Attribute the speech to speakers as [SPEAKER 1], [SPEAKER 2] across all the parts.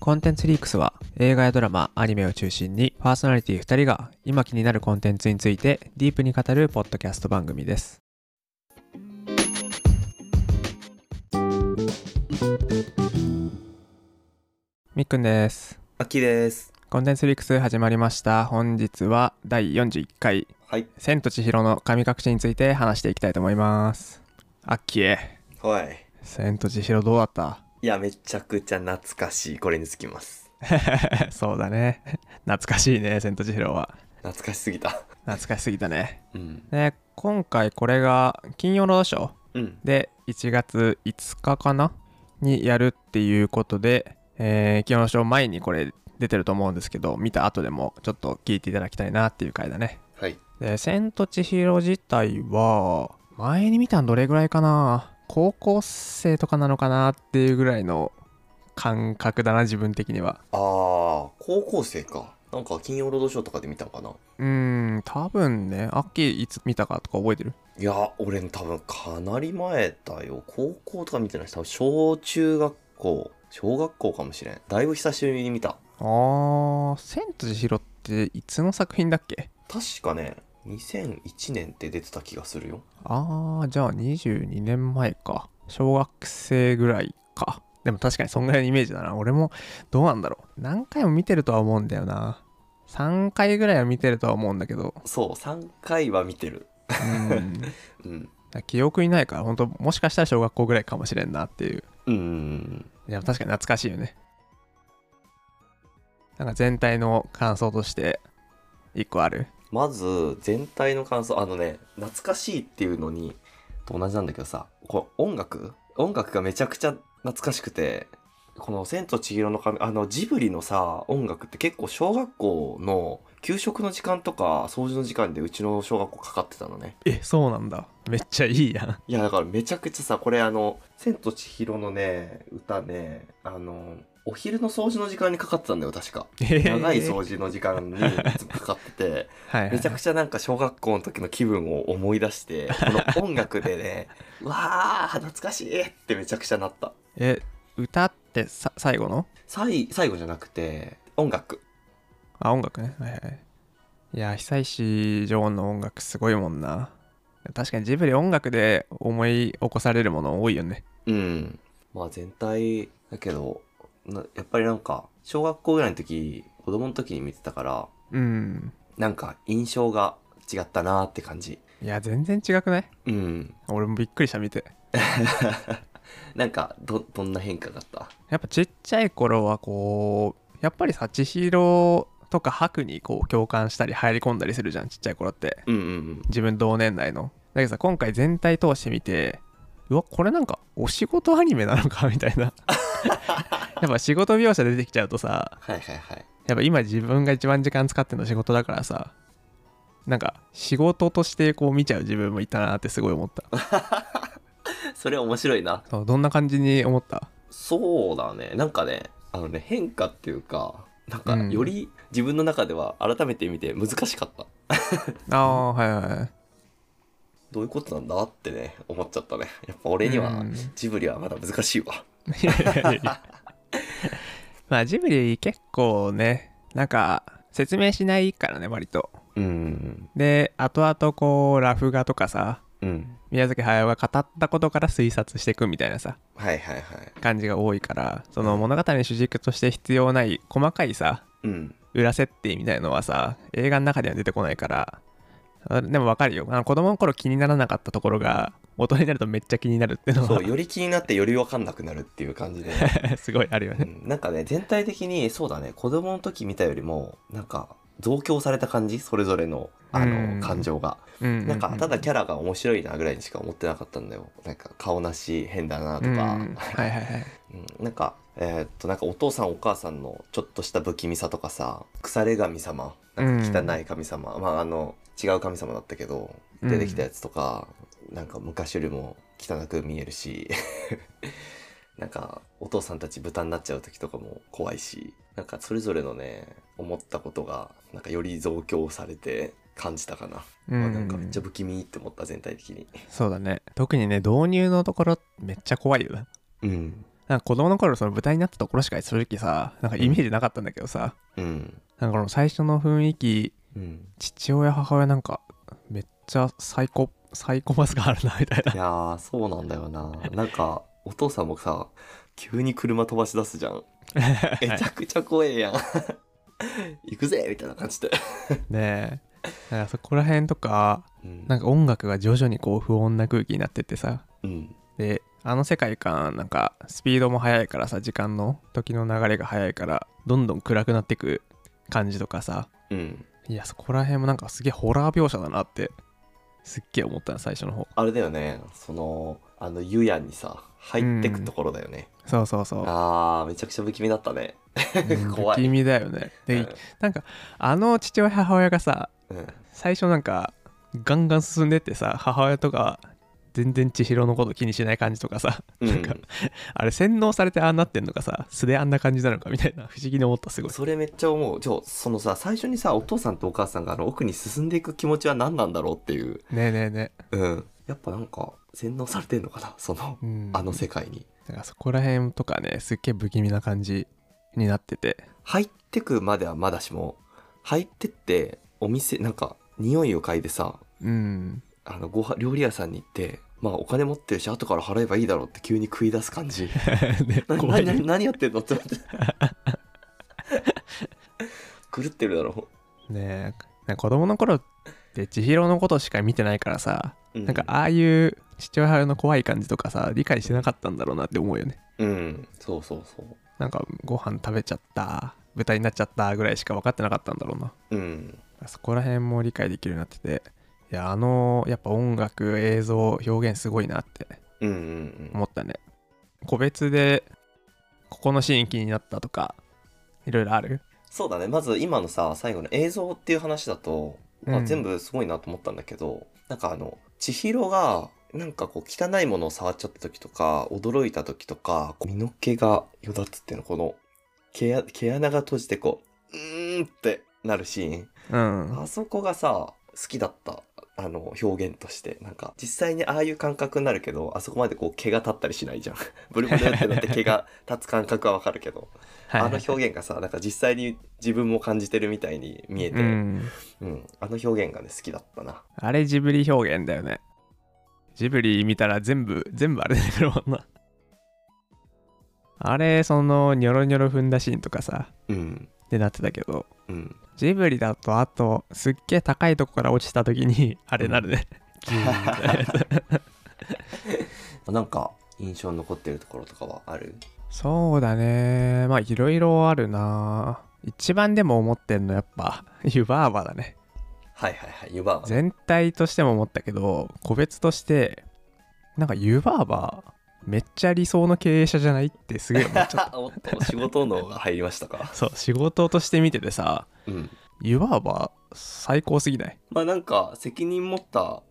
[SPEAKER 1] コンテンツリークスは映画やドラマ、アニメを中心にパーソナリティ2人が今気になるコンテンツについてディープに語るポッドキャスト番組です。みっくんです。
[SPEAKER 2] アキです。
[SPEAKER 1] コンテンツリークス始まりました。本日は第41回、
[SPEAKER 2] はい。
[SPEAKER 1] 千と千尋の神隠しについて話していきたいと思います。あっきえ、
[SPEAKER 2] はい。
[SPEAKER 1] 千と千尋どうだった
[SPEAKER 2] いや、めちゃくちゃ懐かしい。これにつきます。
[SPEAKER 1] そうだね。懐かしいね、千と千尋は。
[SPEAKER 2] 懐かしすぎた。
[SPEAKER 1] 懐かしすぎたね。
[SPEAKER 2] うん。
[SPEAKER 1] で、今回これが金曜ロードショー
[SPEAKER 2] うん。
[SPEAKER 1] で1月5日かなにやるっていうことで、えー金曜ロードショー前にこれ出てると思うんですけど、見た後でもちょっと聞いていただきたいなっていう回だね。
[SPEAKER 2] はい。
[SPEAKER 1] で、千と千尋自体は、前に見たのどれぐらいかな高校生とかなのかなっていうぐらいの感覚だな、自分的には。
[SPEAKER 2] あー、高校生か。なんか、金曜ロードショーとかで見たのかな
[SPEAKER 1] うーん、多分ね、アッキーいつ見たかとか覚えてる
[SPEAKER 2] いや、俺多分かなり前だよ。高校とか見てないし、多分小中学校、小学校かもしれん。だいぶ久しぶりに見た。
[SPEAKER 1] あー、千と千尋っていつの作品だっけ
[SPEAKER 2] 確かね、2001年って出てた気がするよ。
[SPEAKER 1] あー、じゃあ22年前か。小学生ぐらいか。でも確かにそんぐらいのイメージだな。俺もどうなんだろう。何回も見てるとは思うんだよな。3回ぐらいは見てるとは思うんだけど。
[SPEAKER 2] そう、3回は見てる。
[SPEAKER 1] うん。
[SPEAKER 2] うん。
[SPEAKER 1] 記憶にないから本当もしかしたら小学校ぐらいかもしれんなっていう
[SPEAKER 2] うんうんうん。
[SPEAKER 1] いや確かに懐かしいよねなんか全体の感想として一個ある
[SPEAKER 2] まず全体の感想あのね懐かしいっていうのにと同じなんだけどさこう音楽音楽がめちゃくちゃ懐かしくてこの「千と千尋の神」あのジブリのさ音楽って結構小学校の給食の時間とか掃除の時間でうちの小学校かかってたのね
[SPEAKER 1] えそうなんだめっちゃいいやん
[SPEAKER 2] いやだからめちゃくちゃさこれあの「千と千尋」のね歌ねあのお昼の掃除の時間にかかってたんだよ確か 長い掃除の時間にいつもかかってて
[SPEAKER 1] はい、
[SPEAKER 2] めちゃくちゃなんか小学校の時の気分を思い出して、この音楽でね、うわあ懐かしいってめちゃくちゃなった。
[SPEAKER 1] え歌ってさ最後の
[SPEAKER 2] 最、最後じゃなくて、音楽。
[SPEAKER 1] あ音楽ねはいはいいや久石女王の音楽すごいもんな確かにジブリ音楽で思い起こされるもの多いよね
[SPEAKER 2] うん。まあ全体だけど、なやっぱりなんか、小学校ぐらいの時、子供の時に見てたから、
[SPEAKER 1] うん
[SPEAKER 2] なんか印象が違ったなーって感じ。
[SPEAKER 1] いや全然違くない
[SPEAKER 2] うん。
[SPEAKER 1] 俺もびっくりした見て
[SPEAKER 2] なんか、ど、どんな変化があった
[SPEAKER 1] やっぱちっちゃい頃はこうやっぱりさ千尋とか白にこう共感したり入り込んだりするじゃんちっちゃい頃って
[SPEAKER 2] うんうんうん。
[SPEAKER 1] 自分同年代のだけどさ今回全体通してみてうわこれなんかお仕事アニメなのかみたいな やっぱ仕事描写出てきちゃうとさ
[SPEAKER 2] はいはいはい。
[SPEAKER 1] やっぱ今自分が一番時間使ってるの仕事だからさなんか仕事としてこう見ちゃう自分もいたなってすごい思った
[SPEAKER 2] それ面白いな。
[SPEAKER 1] そうどんな感じに思った
[SPEAKER 2] そうだね。なんかね、あのね、変化っていうか、なんか
[SPEAKER 1] うん
[SPEAKER 2] より自分の中では改めて見て難しかった。
[SPEAKER 1] ああはいはいはい
[SPEAKER 2] どういうことなんだってね、思っちゃったね。やっぱ俺には
[SPEAKER 1] うん、
[SPEAKER 2] ジブリはまだ難しいわ。
[SPEAKER 1] いやいやいやいやまあジブリ結構ねなんか説明しないからね割と
[SPEAKER 2] うん。
[SPEAKER 1] で後々こうラフ画とかさ
[SPEAKER 2] うん。
[SPEAKER 1] 宮崎駿が語ったことから推察していくみたいなさ
[SPEAKER 2] はいはいはい。
[SPEAKER 1] 感じが多いからその物語の主軸として必要ない細かいさ
[SPEAKER 2] うん。
[SPEAKER 1] 裏設定みたいのはさ映画の中では出てこないからあでもわかるよあの子供の頃気にならなかったところが大人になるとめっちゃ気になるっての
[SPEAKER 2] そう、
[SPEAKER 1] は
[SPEAKER 2] より気になってよりわかんなくなるっていう感じで。
[SPEAKER 1] すごいあるよ
[SPEAKER 2] う
[SPEAKER 1] ね
[SPEAKER 2] んなんかね、全体的に、そうだね、子供の時見たよりも、なんか、増強された感じそれぞれの、あ
[SPEAKER 1] うん
[SPEAKER 2] の、感情が。
[SPEAKER 1] な
[SPEAKER 2] なんかただキャラが面白いなぐらいにしか思ってなかったんだよ。なんか顔なし変だなとか、
[SPEAKER 1] はいはいはい
[SPEAKER 2] うんなんかえーっとなんかお父さんお母さんのちょっとした不気味さとかさ、腐れ神様、なんか汚い神様、まああの違う神様だったけど
[SPEAKER 1] うん
[SPEAKER 2] 出てきたやつとか、なんか昔よりも汚く見えるし。 なんかお父さんたち豚になっちゃう時とかも怖いしなんかそれぞれのね思ったことがなんかより増強されて感じたかな
[SPEAKER 1] う
[SPEAKER 2] あなんかめっちゃ不気味って思った全体的に
[SPEAKER 1] そうだね特にね導入のところめっちゃ怖いよな
[SPEAKER 2] うん
[SPEAKER 1] なんか子供の頃その舞台になったところしか正直さなんかイメージなかったんだけどさ
[SPEAKER 2] うん。
[SPEAKER 1] なんかこの最初の雰囲気
[SPEAKER 2] うん。
[SPEAKER 1] 父親母親なんかめっちゃサイコサイコパスがあるなみたいない
[SPEAKER 2] やー、そうなんだよな。なんか、お父さんもさ、急に車飛ばし出すじゃ ん。めちゃくちゃ怖えやん。 行くぜみたいな感じで。
[SPEAKER 1] ねえなんかそこら辺とか
[SPEAKER 2] うん
[SPEAKER 1] なんか音楽が徐々にこう不穏な空気になってってさ
[SPEAKER 2] うん。
[SPEAKER 1] であの世界観なんかスピードも速いからさ時間の時の流れが速いからどんどん暗くなってく感じとかさ
[SPEAKER 2] うん。
[SPEAKER 1] いやそこら辺もなんかすげえホラー描写だなってすっげえ思ったの最初の方
[SPEAKER 2] あれだよね。その、あの、湯屋にさ、入ってくところだよね。
[SPEAKER 1] そうそうそう
[SPEAKER 2] あー、めちゃくちゃ不気味だったね。
[SPEAKER 1] うん
[SPEAKER 2] 怖
[SPEAKER 1] 不
[SPEAKER 2] い
[SPEAKER 1] 気味だよねで、
[SPEAKER 2] うん
[SPEAKER 1] なんかあの父親母親がさ
[SPEAKER 2] うん。
[SPEAKER 1] 最初なんかガンガン進んでってさ母親とか全然千尋のこと気にしない感じとかさ、
[SPEAKER 2] う
[SPEAKER 1] なんか
[SPEAKER 2] ん、
[SPEAKER 1] あれ洗脳されてああなってんのかさ素であんな感じなのかみたいな不思議に思ったすごい
[SPEAKER 2] それめっちゃ思う。ちょ、そのさ、最初にさ、お父さんとお母さんがあの奥に進んでいく気持ちは何なんだろうっていう。
[SPEAKER 1] ねえねえね
[SPEAKER 2] うん。やっぱなんか、洗脳されてんのかなその、
[SPEAKER 1] え、うん、
[SPEAKER 2] あの世界に。
[SPEAKER 1] だからそこら辺とかねすっげえ不気味な感じになってて
[SPEAKER 2] 入ってくまではまだしも、入ってって、お店、なんか、匂いを嗅いでさ、
[SPEAKER 1] うん
[SPEAKER 2] あの、ごは、料理屋さんに行って、まあお金持ってるし、後から払えばいいだろうって急に食い出す 感じ。
[SPEAKER 1] ね
[SPEAKER 2] な
[SPEAKER 1] 怖い
[SPEAKER 2] な
[SPEAKER 1] ね
[SPEAKER 2] 何やってんのって思 って。狂ってるだろ
[SPEAKER 1] ねえなんか子供の頃って千尋のことしか見てないからさ、
[SPEAKER 2] う。う
[SPEAKER 1] なんかああいう父親母親の怖い感じとかさ理解してなかったんだろうなって思うよね
[SPEAKER 2] うん。そうそうそう。
[SPEAKER 1] なんかご飯食べちゃった舞台になっちゃったぐらいしか分かってなかったんだろうな
[SPEAKER 2] うん。
[SPEAKER 1] そこら辺も理解できるようになってていやあのやっぱ音楽映像表現すごいなって
[SPEAKER 2] うんうんうん。
[SPEAKER 1] 思ったね個別でここのシーン気になったとかいろいろある
[SPEAKER 2] そうだね。まず今のさ、最後の映像っていう話だと、ま
[SPEAKER 1] う
[SPEAKER 2] あ、
[SPEAKER 1] ん
[SPEAKER 2] 全部すごいなと思ったんだけど、なんかあの、千尋が、なんかこう汚いものを触っちゃった時とか、驚いた時とか、こう身の毛がよだつっていうの、この毛あ、毛穴が閉じてこう、うーんってなるシーン。
[SPEAKER 1] うん
[SPEAKER 2] あそこがさ、好きだった。あの、表現として。なんか、実際にああいう感覚になるけど、あそこまでこう毛が立ったりしないじゃん。 ブルブルってなって毛が立つ感覚はわかるけど。あの表現がさ、なんか実際に自分も感じてるみたいに見えて、
[SPEAKER 1] う
[SPEAKER 2] うん、
[SPEAKER 1] ん
[SPEAKER 2] あの表現がね、好きだったな。
[SPEAKER 1] あれジブリ表現だよねジブリ見たら全部全部あれ出てくるもんなあれそのニョロニョロ踏んだシーンとかさ
[SPEAKER 2] うん。
[SPEAKER 1] ってなってたけど
[SPEAKER 2] うん。
[SPEAKER 1] ジブリだとあとすっげえ高いとこから落ちた時に あれなるね、ギューンみたいなやつ
[SPEAKER 2] なんか、印象に残ってるところとかはある
[SPEAKER 1] そうだねまあいろいろあるな一番でも思ってんのやっぱ湯婆婆だね
[SPEAKER 2] はいはいはい、湯婆 婆。
[SPEAKER 1] 全体としても思ったけど個別としてなんか湯婆婆めっちゃ理想の経営者じゃないってすげえ思っちゃっ
[SPEAKER 2] おっと、仕事のが入りましたか
[SPEAKER 1] た。そう仕事として見ててさ
[SPEAKER 2] うん。
[SPEAKER 1] 湯婆婆最高すぎない
[SPEAKER 2] まあなんか、責任持った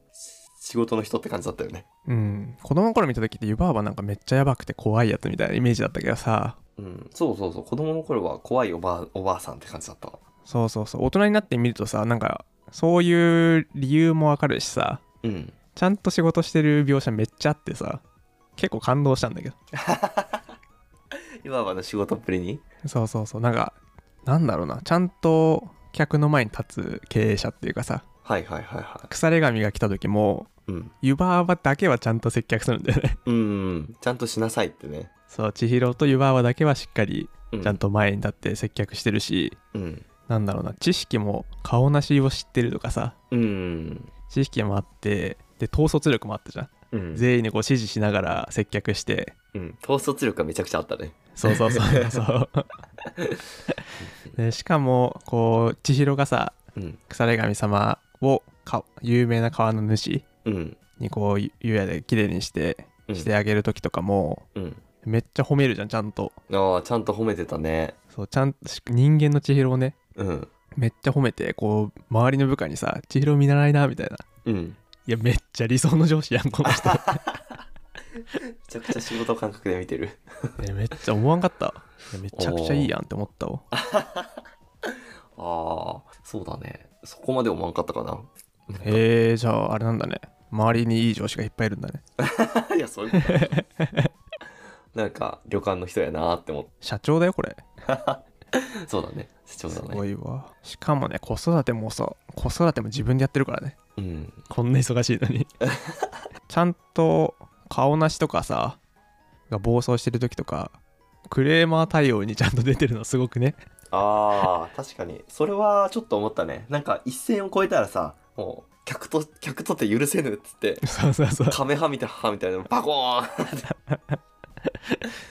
[SPEAKER 2] 仕事の人って感じだったよね。
[SPEAKER 1] うん子供の頃見た時って湯婆婆なんかめっちゃやばくて怖いやつみたいなイメージだったけどさ
[SPEAKER 2] うん。そうそうそう、子供の頃は怖いおばあ、おばあさんって感じだったわ。
[SPEAKER 1] そうそうそう大人になってみるとさなんかそういう理由もわかるしさ
[SPEAKER 2] うん。
[SPEAKER 1] ちゃんと仕事してる描写めっちゃあってさ結構感動したんだけど
[SPEAKER 2] 湯婆婆の仕事っぷりに
[SPEAKER 1] そうそうそうなんかなんだろうなちゃんと客の前に立つ経営者っていうかさ
[SPEAKER 2] はいはいはいは
[SPEAKER 1] 腐れ神が来た時も
[SPEAKER 2] い。うん。
[SPEAKER 1] 湯婆婆だけはちゃんと接客するんだよね
[SPEAKER 2] うんうん。ちゃんとしなさいってね。
[SPEAKER 1] そう千尋と湯婆婆だけはしっかり
[SPEAKER 2] う
[SPEAKER 1] ちゃん。と前に立って接客してるし、
[SPEAKER 2] うん。
[SPEAKER 1] なんだろうな知識も顔なしを知ってるとかさ
[SPEAKER 2] うん。
[SPEAKER 1] 知識もあってで統率力もあったじゃん
[SPEAKER 2] うん
[SPEAKER 1] 全員にこう指示しながら接客して
[SPEAKER 2] うん、統率力がめちゃくちゃあったね。
[SPEAKER 1] そうそうそう そうでしかもこう千尋がさ
[SPEAKER 2] うん、
[SPEAKER 1] 腐れ神様をか有名な川の主
[SPEAKER 2] うん、
[SPEAKER 1] にこうゆ湯屋で綺麗にして
[SPEAKER 2] うん
[SPEAKER 1] してあげる時とかも、
[SPEAKER 2] うん。
[SPEAKER 1] めっちゃ褒めるじゃんちゃんと
[SPEAKER 2] ああ、ちゃんと褒めてたね。
[SPEAKER 1] そうちゃんし人間の千尋をね
[SPEAKER 2] うん、
[SPEAKER 1] めっちゃ褒めてこう周りの部下にさ「千尋見習いな」みたいな
[SPEAKER 2] うん。
[SPEAKER 1] いやめっちゃ理想の上司やんこ の人
[SPEAKER 2] めちゃくちゃ仕事感覚で見てる。
[SPEAKER 1] ねめっちゃ思わんかったいやめちゃくちゃいいやんって思ったわ
[SPEAKER 2] ああ、そうだね。そこまで思わんかったかな。
[SPEAKER 1] へえじゃああれなんだね周りにいい上司がいっぱいいるんだね
[SPEAKER 2] いや、そういうことだ。 なんか旅館の人やなーって思って
[SPEAKER 1] 社長だよこれ
[SPEAKER 2] そうだね社長
[SPEAKER 1] す
[SPEAKER 2] だ
[SPEAKER 1] ご
[SPEAKER 2] ね
[SPEAKER 1] いわしかもね子育てもさ子育ても自分でやってるからね
[SPEAKER 2] うん
[SPEAKER 1] こんな忙しいの にちゃんと顔なしとかさが暴走してる時とかクレーマー対応にちゃんと出てるのすごくね
[SPEAKER 2] あー確かにそれはちょっと思ったねなんか一線を越えたらさもう客と客とって許せぬっつって
[SPEAKER 1] そうそうそう
[SPEAKER 2] カメハみたいなみたいなバコーンって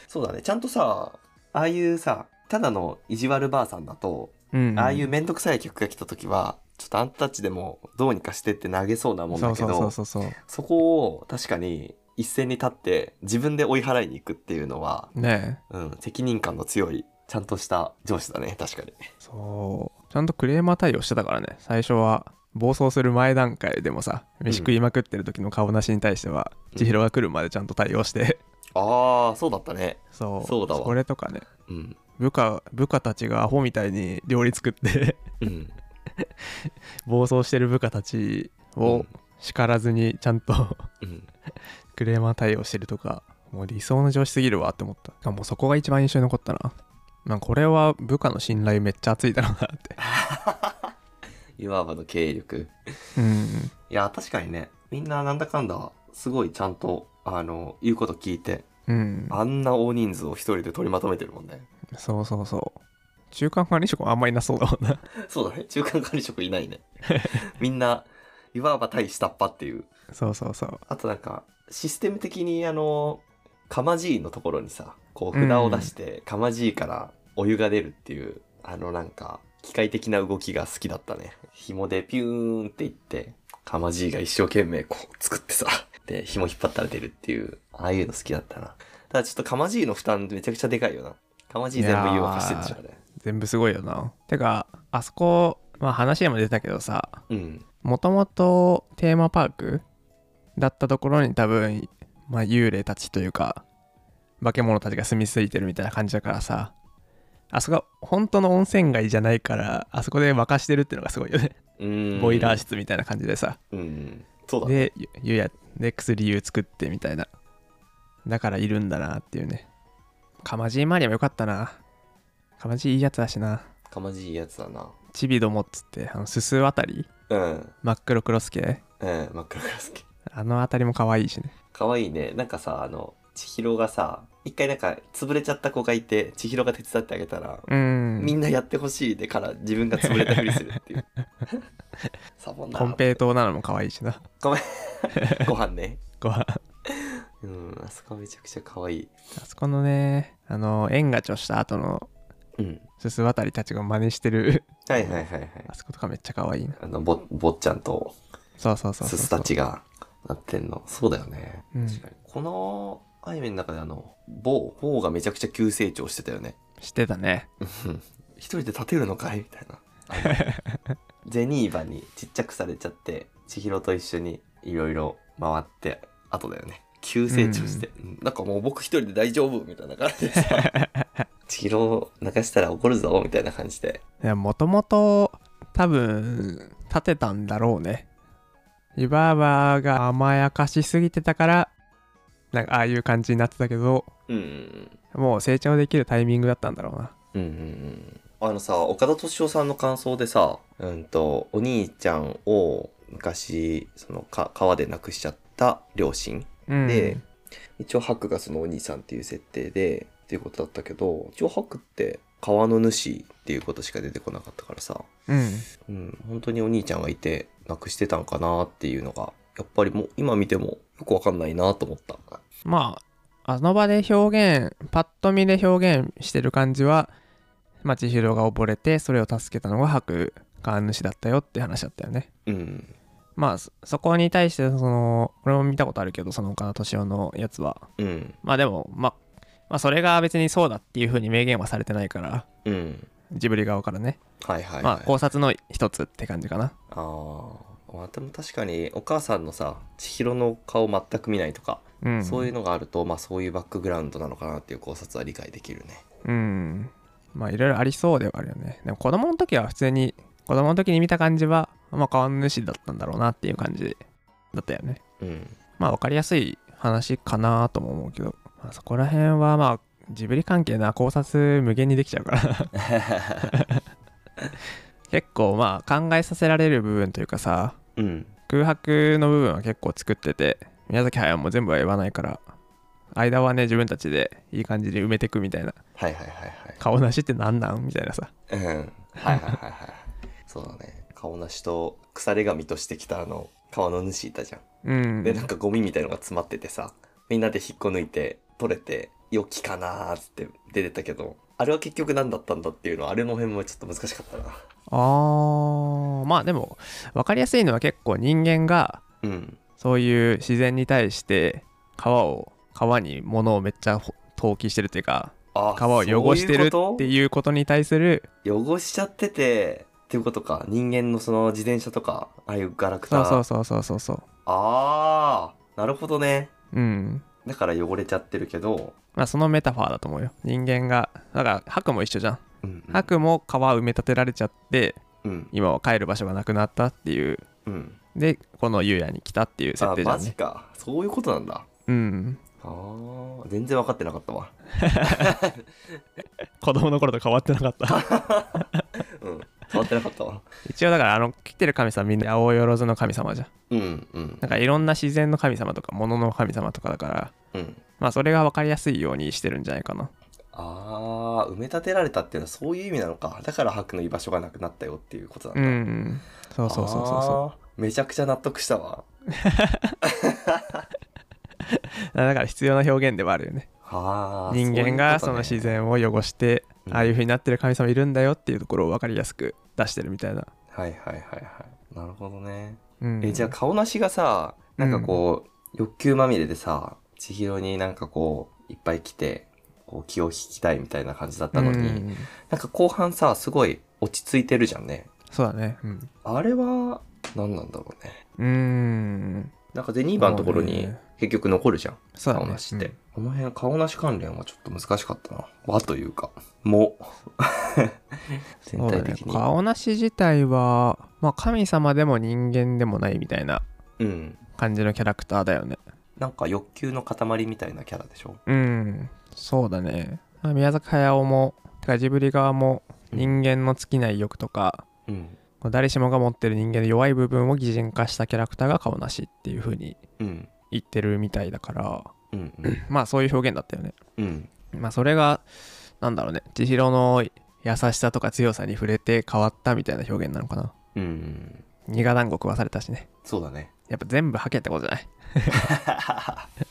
[SPEAKER 2] そうだねちゃんとさああいうさただの意地悪ばあさんだと、
[SPEAKER 1] うん
[SPEAKER 2] ああいう面倒くさい客が来た時はちょっとあんたたちでもどうにかしてって投げそうなもんだ
[SPEAKER 1] そう
[SPEAKER 2] け
[SPEAKER 1] そ
[SPEAKER 2] ど
[SPEAKER 1] うそうそうそ
[SPEAKER 2] そこを確かに一線に立って自分で追い払いに行くっていうのは、
[SPEAKER 1] うね
[SPEAKER 2] うん、責任感の強いちゃんとした上司だね確かに
[SPEAKER 1] えそうちゃんとクレーマー対応してたからね最初は暴走する前段階でもさ飯食いまくってる時の顔なしに対しては、
[SPEAKER 2] うん
[SPEAKER 1] 千尋が来るまでちゃんと対応して、
[SPEAKER 2] ああそうだったね
[SPEAKER 1] そう
[SPEAKER 2] そうだわ
[SPEAKER 1] これとかね
[SPEAKER 2] うん
[SPEAKER 1] 部下部下たちがアホみたいに料理作って
[SPEAKER 2] うん
[SPEAKER 1] 暴走してる部下たち
[SPEAKER 2] う
[SPEAKER 1] を
[SPEAKER 2] ん
[SPEAKER 1] 叱らずにちゃんと
[SPEAKER 2] うん
[SPEAKER 1] クレーマー対応してるとかもう理想の上司すぎるわって思ったあもうそこが一番印象に残ったなまあこれは部下の信頼めっちゃ厚いだろうなって
[SPEAKER 2] いわばの経営力
[SPEAKER 1] うん
[SPEAKER 2] いや確かにねみんななんだかんだすごいちゃんとあの言うこと聞いて
[SPEAKER 1] うん
[SPEAKER 2] あんな大人数を一人で取りまとめてるもんね
[SPEAKER 1] そうそうそう中間管理職もあんまりなそうだもんな
[SPEAKER 2] そうだね中間管理職いな いねみんないわば対下っ端っていう
[SPEAKER 1] そうそうそう
[SPEAKER 2] あとなんかシステム的にあのかまじいのところにさこう札を出してかまじいからお湯が出るっていう、あのなんか機械的な動きが好きだったね紐でピューンっていってかまじいが一生懸命こう作ってさ で紐引っ張ったら出るっていうああいうの好きだったなただちょっとかまじいの負担めちゃくちゃでかいよなかまじい全部誘惑してるでしょあれ
[SPEAKER 1] 全部すごいよなてかあそこまあ話でも出たけどさ
[SPEAKER 2] うん
[SPEAKER 1] もともとテーマパークだったところに多分、まあ、幽霊たちというか化け物たちが住み着いてるみたいな感じだからさあそこが本当の温泉街じゃないからあそこで沸かしてるっていうのがすごいよね
[SPEAKER 2] うーん
[SPEAKER 1] ボイラー室みたいな感じでさ
[SPEAKER 2] うんそうだね
[SPEAKER 1] でゆゆやで薬湯作ってみたいなだからいるんだなっていうねかまじいマリアもよかったなかまじいいいやつだしな
[SPEAKER 2] かまじいやつだな
[SPEAKER 1] ちびどもっつってあのすすあたり
[SPEAKER 2] うん
[SPEAKER 1] 真っ黒クロスケ
[SPEAKER 2] うん真っ黒が好き
[SPEAKER 1] あのあたりも可愛いしね
[SPEAKER 2] 可愛いねなんかさあの千尋がさ一回なんか潰れちゃった子がいて千尋が手伝ってあげたら、
[SPEAKER 1] うん
[SPEAKER 2] みんなやってほしいでから自分が潰れたふりするっていう サボんな
[SPEAKER 1] コンペイトーなのも可愛いしな。
[SPEAKER 2] ご飯ね
[SPEAKER 1] ご飯。
[SPEAKER 2] うんあそこめちゃくちゃ可愛い
[SPEAKER 1] あそこのね、あの、縁がちょした後の
[SPEAKER 2] うん
[SPEAKER 1] すす渡りたちが真似してる、
[SPEAKER 2] はいはいはいはい
[SPEAKER 1] あそことかめっちゃ可愛いな。
[SPEAKER 2] あのぼ坊ちゃんと
[SPEAKER 1] そうそうそうそ
[SPEAKER 2] す
[SPEAKER 1] う。
[SPEAKER 2] すたちがなってんのそうだよね、
[SPEAKER 1] うん
[SPEAKER 2] 確かにこのアニメの中であの某某がめちゃくちゃ急成長してたよね
[SPEAKER 1] してたね。
[SPEAKER 2] うん 一人で立てるのかいみたい なゼニーバにちっちゃくされちゃって千尋と一緒にいろいろ回って後だよね急成長して、うんなんかもう僕一人で大丈夫みたいな感じでさ 千尋を泣かしたら怒るぞみたいな感じで
[SPEAKER 1] いや、もともと多分、立てたんだろうね。湯婆婆が甘やかしすぎてたから、なんかああいう感じになってたけど、
[SPEAKER 2] うんうん
[SPEAKER 1] もう成長できるタイミングだったんだろうな。
[SPEAKER 2] うんうんうんあのさ岡田敏夫さんの感想でさ、うん、とお兄ちゃんを昔そのか川で亡くしちゃった両親
[SPEAKER 1] うん。
[SPEAKER 2] で、一応ハクがそのお兄さんっていう設定でっていうことだったけど一応ハクって川の主っていうことしか出てこなかったからさ、
[SPEAKER 1] うん。
[SPEAKER 2] うん、本当にお兄ちゃんがいてなくしてたんかなっていうのがやっぱりもう今見てもよくわかんないなと思った
[SPEAKER 1] まああの場で表現パッと見で表現してる感じはまあ千尋が溺れてそれを助けたのが白川主だったよって話だったよね
[SPEAKER 2] うん
[SPEAKER 1] まあそそこに対してその俺も見たことあるけどその岡田敏夫のやつは
[SPEAKER 2] うん
[SPEAKER 1] まあでもまあまあそれが別にそうだっていうふうに明言はされてないから
[SPEAKER 2] うん
[SPEAKER 1] ジブリ側からね、
[SPEAKER 2] はいはい、はい、
[SPEAKER 1] まあ考察の一つって感じかな
[SPEAKER 2] あーまあでも確かにお母さんのさ千尋の顔全く見ないとか、
[SPEAKER 1] うん
[SPEAKER 2] そういう
[SPEAKER 1] う
[SPEAKER 2] のがあるとまあそういうバックグラウンドなのかなっていう考察は理解できるね
[SPEAKER 1] うんまあいろいろありそうではあるよねでも子供の時は普通に子供の時に見た感じはまあ川主だったんだろうなっていう感じだったよね
[SPEAKER 2] うん
[SPEAKER 1] まあ分かりやすい話かなとも思うけどまあ、そこら辺はまあジブリ関係な考察無限にできちゃうから結構まあ考えさせられる部分というかさ
[SPEAKER 2] うん
[SPEAKER 1] 空白の部分は結構作ってて宮崎駿も全部は言わないから間はね自分たちでいい感じに埋めてくみたいな
[SPEAKER 2] はいはいは
[SPEAKER 1] 顔なしってなんなんみたいなさ
[SPEAKER 2] いはいうんはいはいはいはいそうだね顔なしと腐れ神としてきたあの川の主いたじゃん
[SPEAKER 1] うん
[SPEAKER 2] でなんかゴミみたいのが詰まっててさみんなで引っこ抜いて取れて良きかなーっつって出てたけどあれは結局何だったんだっていうのはあれの辺もちょっと難しかったな
[SPEAKER 1] あーまあでも分かりやすいのは結構人間が
[SPEAKER 2] うん
[SPEAKER 1] そういう自然に対して川を川に物をめっちゃほ投棄してるっていうか
[SPEAKER 2] あ
[SPEAKER 1] 川を汚してる
[SPEAKER 2] そういうこ
[SPEAKER 1] っていうことに対する
[SPEAKER 2] と汚しちゃっててっていうことか人間のその自転車とかああいうガラク
[SPEAKER 1] そ
[SPEAKER 2] タ
[SPEAKER 1] うそうそうそうそうそう
[SPEAKER 2] ああなるほどね
[SPEAKER 1] うん
[SPEAKER 2] だから汚れちゃってるけど
[SPEAKER 1] まあそのメタファーだと思うよ人間がだからハクも一緒じゃん
[SPEAKER 2] うんうん
[SPEAKER 1] ハクも川埋め立てられちゃって
[SPEAKER 2] うん
[SPEAKER 1] 今は帰る場所がなくなったっていう
[SPEAKER 2] うん
[SPEAKER 1] でこの優也に来たっていう設
[SPEAKER 2] あ
[SPEAKER 1] 定じゃ
[SPEAKER 2] マ
[SPEAKER 1] ん
[SPEAKER 2] ジ
[SPEAKER 1] ね
[SPEAKER 2] かそういうことなんだ
[SPEAKER 1] うん
[SPEAKER 2] あー全然分かってなかったわ
[SPEAKER 1] 子供の頃と変わってなかった
[SPEAKER 2] うん変わってなかったわ
[SPEAKER 1] 一応だからあの来てる神様みんな青万の神様じゃん
[SPEAKER 2] うんうん
[SPEAKER 1] なんかいろんな自然の神様とか物の神様とかだから
[SPEAKER 2] うん
[SPEAKER 1] まあそれが分かりやすいようにしてるんじゃないかな
[SPEAKER 2] あー埋め立てられたっていうのはそういう意味なのかだから白の居場所がなくなったよっていうことなん
[SPEAKER 1] う
[SPEAKER 2] だ、
[SPEAKER 1] んそうそうそうそうそう
[SPEAKER 2] うめちゃくちゃ納得したわ
[SPEAKER 1] だから必要な表現ではあるよね
[SPEAKER 2] あー
[SPEAKER 1] 人間がそ
[SPEAKER 2] そう
[SPEAKER 1] の
[SPEAKER 2] いうことね
[SPEAKER 1] 自然を汚して
[SPEAKER 2] うん
[SPEAKER 1] ああいう風になってる神様いるんだよっていうところを分かりやすく出してるみたいな、
[SPEAKER 2] はいはいはいはいなるほどね
[SPEAKER 1] うん、
[SPEAKER 2] えじゃあ顔なしがさなんかこう、欲求まみれでさ千尋になんかこういっぱい来てこう気を引きたいみたいな感じだったのに、
[SPEAKER 1] うん
[SPEAKER 2] なんか後半さすごい落ち着いてるじゃんね
[SPEAKER 1] そうだねうん
[SPEAKER 2] あれは何なんだろうね
[SPEAKER 1] うーん
[SPEAKER 2] なんかで2番のところに
[SPEAKER 1] そうね
[SPEAKER 2] 結局残るじゃん
[SPEAKER 1] そうだね
[SPEAKER 2] 顔なしって、この辺顔なし関連はちょっと難しかったな和というかも
[SPEAKER 1] うんそ
[SPEAKER 2] 全
[SPEAKER 1] うだね
[SPEAKER 2] 体的に
[SPEAKER 1] 顔なし自体は、まあ、神様でも人間でもないみたいな
[SPEAKER 2] うん
[SPEAKER 1] 感じのキャラクターだよね
[SPEAKER 2] なんか欲求の塊みたいなキャラでしょ
[SPEAKER 1] うんそうだね、まあ宮崎駿もてかジブリ側も人間の尽きない欲とか、
[SPEAKER 2] うん
[SPEAKER 1] 誰しもが持ってる人間の弱い部分を擬人化したキャラクターが顔なしっていう風に
[SPEAKER 2] うん
[SPEAKER 1] 言ってるみたいだから
[SPEAKER 2] うんうん
[SPEAKER 1] まあそういう表現だったよね
[SPEAKER 2] うん
[SPEAKER 1] まあそれがなんだろうね千尋の優しさとか強さに触れて変わったみたいな表現なのかな
[SPEAKER 2] うん
[SPEAKER 1] 苦団子食わされたしね
[SPEAKER 2] そうだね
[SPEAKER 1] やっぱ全部吐けってことじゃない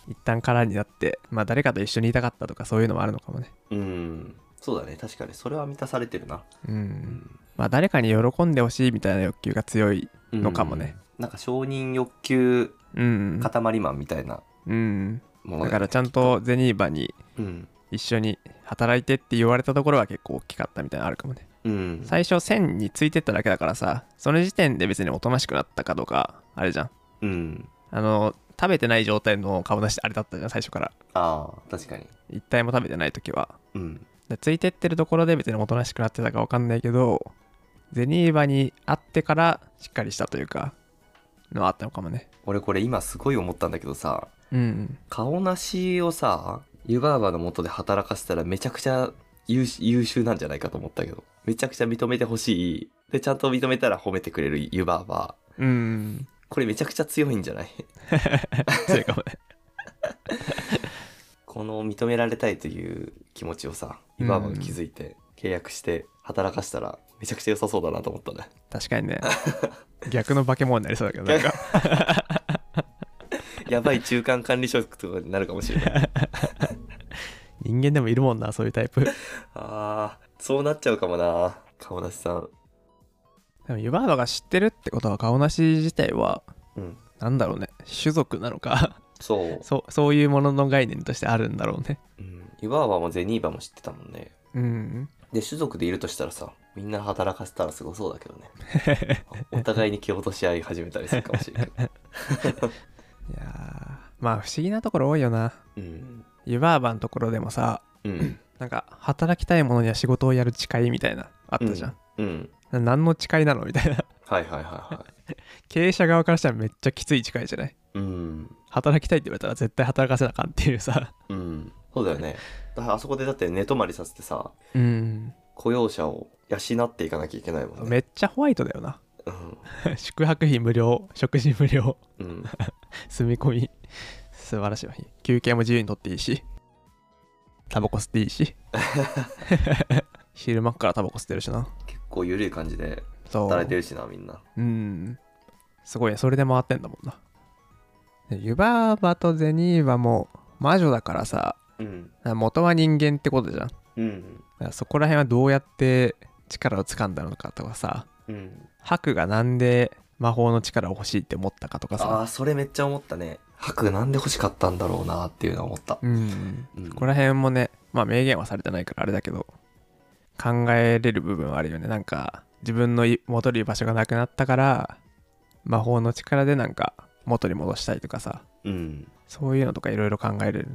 [SPEAKER 1] 一旦空になってまあ誰かと一緒にいたかったとかそういうのもあるのかもね
[SPEAKER 2] うんそうだね確かにそれは満たされてるな
[SPEAKER 1] うんまあ誰かに喜んでほしいみたいな欲求が強いのかもね
[SPEAKER 2] なんか承認欲求
[SPEAKER 1] うん
[SPEAKER 2] 塊マンみたいな
[SPEAKER 1] うん
[SPEAKER 2] もの、
[SPEAKER 1] だかららちゃんとゼニーバに
[SPEAKER 2] うん
[SPEAKER 1] 一緒に働いてって言われたところは結構大きかったみたいなのあるかもね
[SPEAKER 2] うん、
[SPEAKER 1] 最初線についてっただけだからさその時点で別におとなしくなったかどうかあれじゃん
[SPEAKER 2] うん、
[SPEAKER 1] あの食べてない状態の顔出しあれだったじゃん最初から
[SPEAKER 2] ああ確かに
[SPEAKER 1] 一体も食べてない時は
[SPEAKER 2] うん
[SPEAKER 1] でついてってるところで別におとなしくなってたか分かんないけどゼニーバに会ってからしっかりしたというかのはあったのかもね
[SPEAKER 2] 俺これ今すごい思ったんだけどさ
[SPEAKER 1] うん
[SPEAKER 2] 顔なしをさ湯婆婆の元で働かせたらめちゃくちゃ優秀優秀なんじゃないかと思ったけどめちゃくちゃ認めてほしいでちゃんと認めたら褒めてくれる湯婆婆
[SPEAKER 1] うん
[SPEAKER 2] これめちゃくちゃ強いんじゃない
[SPEAKER 1] そうかも ね
[SPEAKER 2] この認められたいという気持ちをさ湯婆婆が気づいて契約して働かせたらめちゃくちゃ良さそうだなと思ったね
[SPEAKER 1] 確かにね逆の化け物になりそうだけどなんか
[SPEAKER 2] やばい中間管理職とかになるかもしれない
[SPEAKER 1] 人間でもいるもんなそういうタイプ
[SPEAKER 2] あーそうなっちゃうかもな顔なしさん
[SPEAKER 1] でも湯婆婆が知ってるってことは顔なし自体は
[SPEAKER 2] うん
[SPEAKER 1] なんだろうね種族なのか
[SPEAKER 2] そう
[SPEAKER 1] そうそういうものの概念としてあるんだろうね
[SPEAKER 2] うん、湯婆婆もゼニーバも知ってたもんね
[SPEAKER 1] うん
[SPEAKER 2] で種族でいるとしたらさみんな働かせたらすごそうだけどねお互いに蹴落とし合い始めたりするかもしれない、
[SPEAKER 1] いやーまあ不思議なところ多いよな
[SPEAKER 2] うん
[SPEAKER 1] 湯婆婆のところでもさ
[SPEAKER 2] うん、
[SPEAKER 1] なんか働きたいものには仕事をやる誓いみたいなあったじゃん、
[SPEAKER 2] うん、
[SPEAKER 1] な何の誓いなのみたいな
[SPEAKER 2] はいはいはいは
[SPEAKER 1] 経営者側からしたらめっちゃきつい誓いじゃない
[SPEAKER 2] いうん
[SPEAKER 1] 働きたいって言われたら絶対働かせなあかんっていうさ
[SPEAKER 2] うんそうだよね。だからあそこでだって寝泊まりさせてさ、
[SPEAKER 1] うん
[SPEAKER 2] 雇用者を養っていかなきゃいけないもんね。
[SPEAKER 1] めっちゃホワイトだよな
[SPEAKER 2] うん。
[SPEAKER 1] 宿泊費無料食事無料
[SPEAKER 2] うん。
[SPEAKER 1] 住み込み素晴らしいわ休憩も自由にとっていいしタバコ吸っていい し 昼間っからタバコ吸ってるしな
[SPEAKER 2] 結構緩い感じで
[SPEAKER 1] そう
[SPEAKER 2] 働いてるしな、みんな。
[SPEAKER 1] うんすごいねそれで回ってんだもんなでユバーバとゼニーバも魔女だからさ
[SPEAKER 2] うん。
[SPEAKER 1] 元は人間ってことじゃんだか
[SPEAKER 2] うん。
[SPEAKER 1] らそこら辺はどうやって力を掴んだのかとかさ
[SPEAKER 2] うん。
[SPEAKER 1] ハクがなんで魔法の力を欲しいって思ったかとか
[SPEAKER 2] あ
[SPEAKER 1] さ
[SPEAKER 2] あ、それめっちゃ思ったね。白なんで欲しかったんだろうなっていうのは思った。
[SPEAKER 1] うん
[SPEAKER 2] うん
[SPEAKER 1] ここら辺もねまあ明言はされてないからあれだけど考えれる部分はあるよねなんか自分のい戻る場所がなくなったから魔法の力でなんか元に戻したいとかさ
[SPEAKER 2] うん。
[SPEAKER 1] そういうのとかいろいろ考えれるね、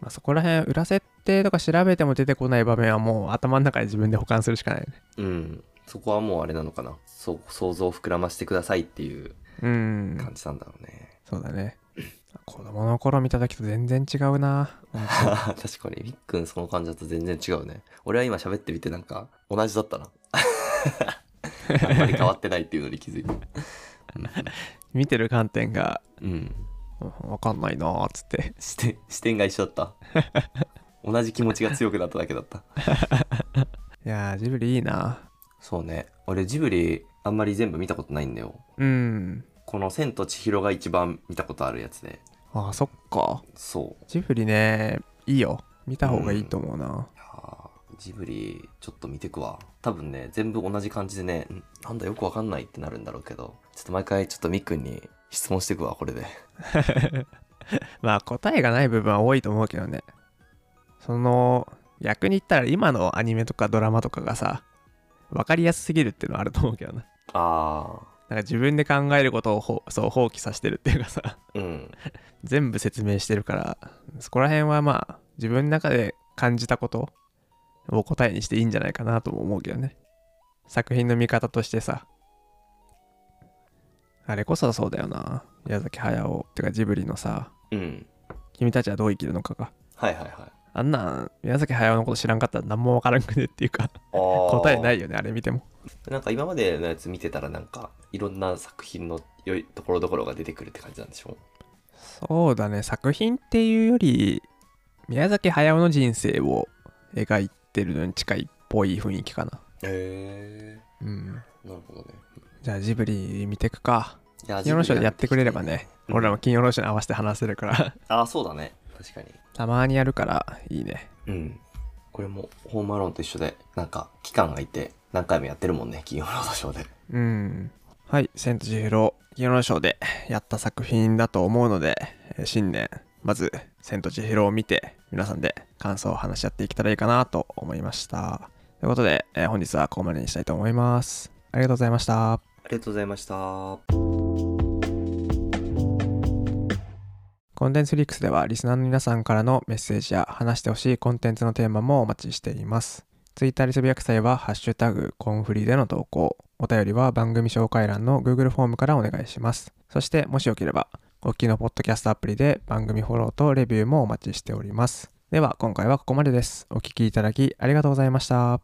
[SPEAKER 1] まあ、そこら辺裏設定とか調べても出てこない場面はもう頭の中で自分で保管するしかないよね
[SPEAKER 2] うん。そこはもうあれなのかな。そう、想像を膨らましてくださいっていう
[SPEAKER 1] うん
[SPEAKER 2] 感じなんだろうね。
[SPEAKER 1] そうだね子供の頃見た時と全然違うな
[SPEAKER 2] 確かに、みっくんその感じだと全然違うね。俺は今喋ってみてなんか、同じだったな。あんまり変わってないっていうのに気づいた。
[SPEAKER 1] 見てる観点が
[SPEAKER 2] うん。
[SPEAKER 1] うんわかんないなーっつって
[SPEAKER 2] 視点、視点が一緒だった。同じ気持ちが強くなっただけだった。
[SPEAKER 1] いやージブリいいな
[SPEAKER 2] そうね。俺、ジブリ、あんまり全部見たことないんだよ。
[SPEAKER 1] うん
[SPEAKER 2] この、千と千尋が一番見たことあるやつで。
[SPEAKER 1] あーそっか
[SPEAKER 2] そう。
[SPEAKER 1] ジブリねいいよ見た方がいいと思うな、
[SPEAKER 2] いやージブリちょっと見てくわ多分ね全部同じ感じでねんなんだよくわかんないってなるんだろうけどちょっと毎回ちょっとみっくんに質問してくわこれで
[SPEAKER 1] まあ答えがない部分は多いと思うけどねその逆に言ったら今のアニメとかドラマとかがさ分かりやすすぎるっていうのはあると思うけどな
[SPEAKER 2] あ
[SPEAKER 1] なんか自分で考えることをほそう放棄させてるっていうかさ
[SPEAKER 2] ーうん
[SPEAKER 1] 全部説明してるからそこら辺はまあ自分の中で感じたことを答えにしていいんじゃないかなとも思うけどね作品の見方としてさあれこそそうだよな宮崎駿ってかジブリのさ
[SPEAKER 2] うん
[SPEAKER 1] 君たちはどう生きるのかが
[SPEAKER 2] はいはいはい
[SPEAKER 1] あんなん宮崎駿のこと知らんかったら何もわからんくねっていうか 答
[SPEAKER 2] 答
[SPEAKER 1] えないいよね あれ見ても
[SPEAKER 2] なんか今までのやつ見てたらなんかいろんな作品の良いところどころが出てくるって感じなんでしょ
[SPEAKER 1] そうだね作品っていうより宮崎駿の人生を描いてるのに近いっぽい雰囲気かな
[SPEAKER 2] へ
[SPEAKER 1] うん
[SPEAKER 2] えなるほどね
[SPEAKER 1] じゃあジブリ見てくか
[SPEAKER 2] いや
[SPEAKER 1] 金曜ロードショーでやってくれればね、
[SPEAKER 2] うん
[SPEAKER 1] 俺らも金曜ロードショーに合わせて話せるから
[SPEAKER 2] ああそうだね確かに
[SPEAKER 1] たまにやるからいいね
[SPEAKER 2] うん。これも、ホームアローンと一緒で、なんか、期間がいて、何回もやってるもんね、金曜ロードショーで。
[SPEAKER 1] うんはい「千と千尋」金曜ロードショーでやった作品だと思うのでえー新年まず「千と千尋」を見て皆さんで感想を話し合っていけたらいいかなと思いましたということで、えー本日はここまでにしたいと思いますありがとうございました
[SPEAKER 2] ありがとうございました。
[SPEAKER 1] コンテンツリックスではリスナーの皆さんからのメッセージや話してほしいコンテンツのテーマもお待ちしています。ツイッターでつぶやく際は、ハッシュタグ、コンフリでの投稿。お便りは番組紹介欄の Google フォームからお願いします。そして、もしよければ、お聞きのポッドキャストアプリで番組フォローとレビューもお待ちしております。では、今回はここまでです。お聞きいただきありがとうございました。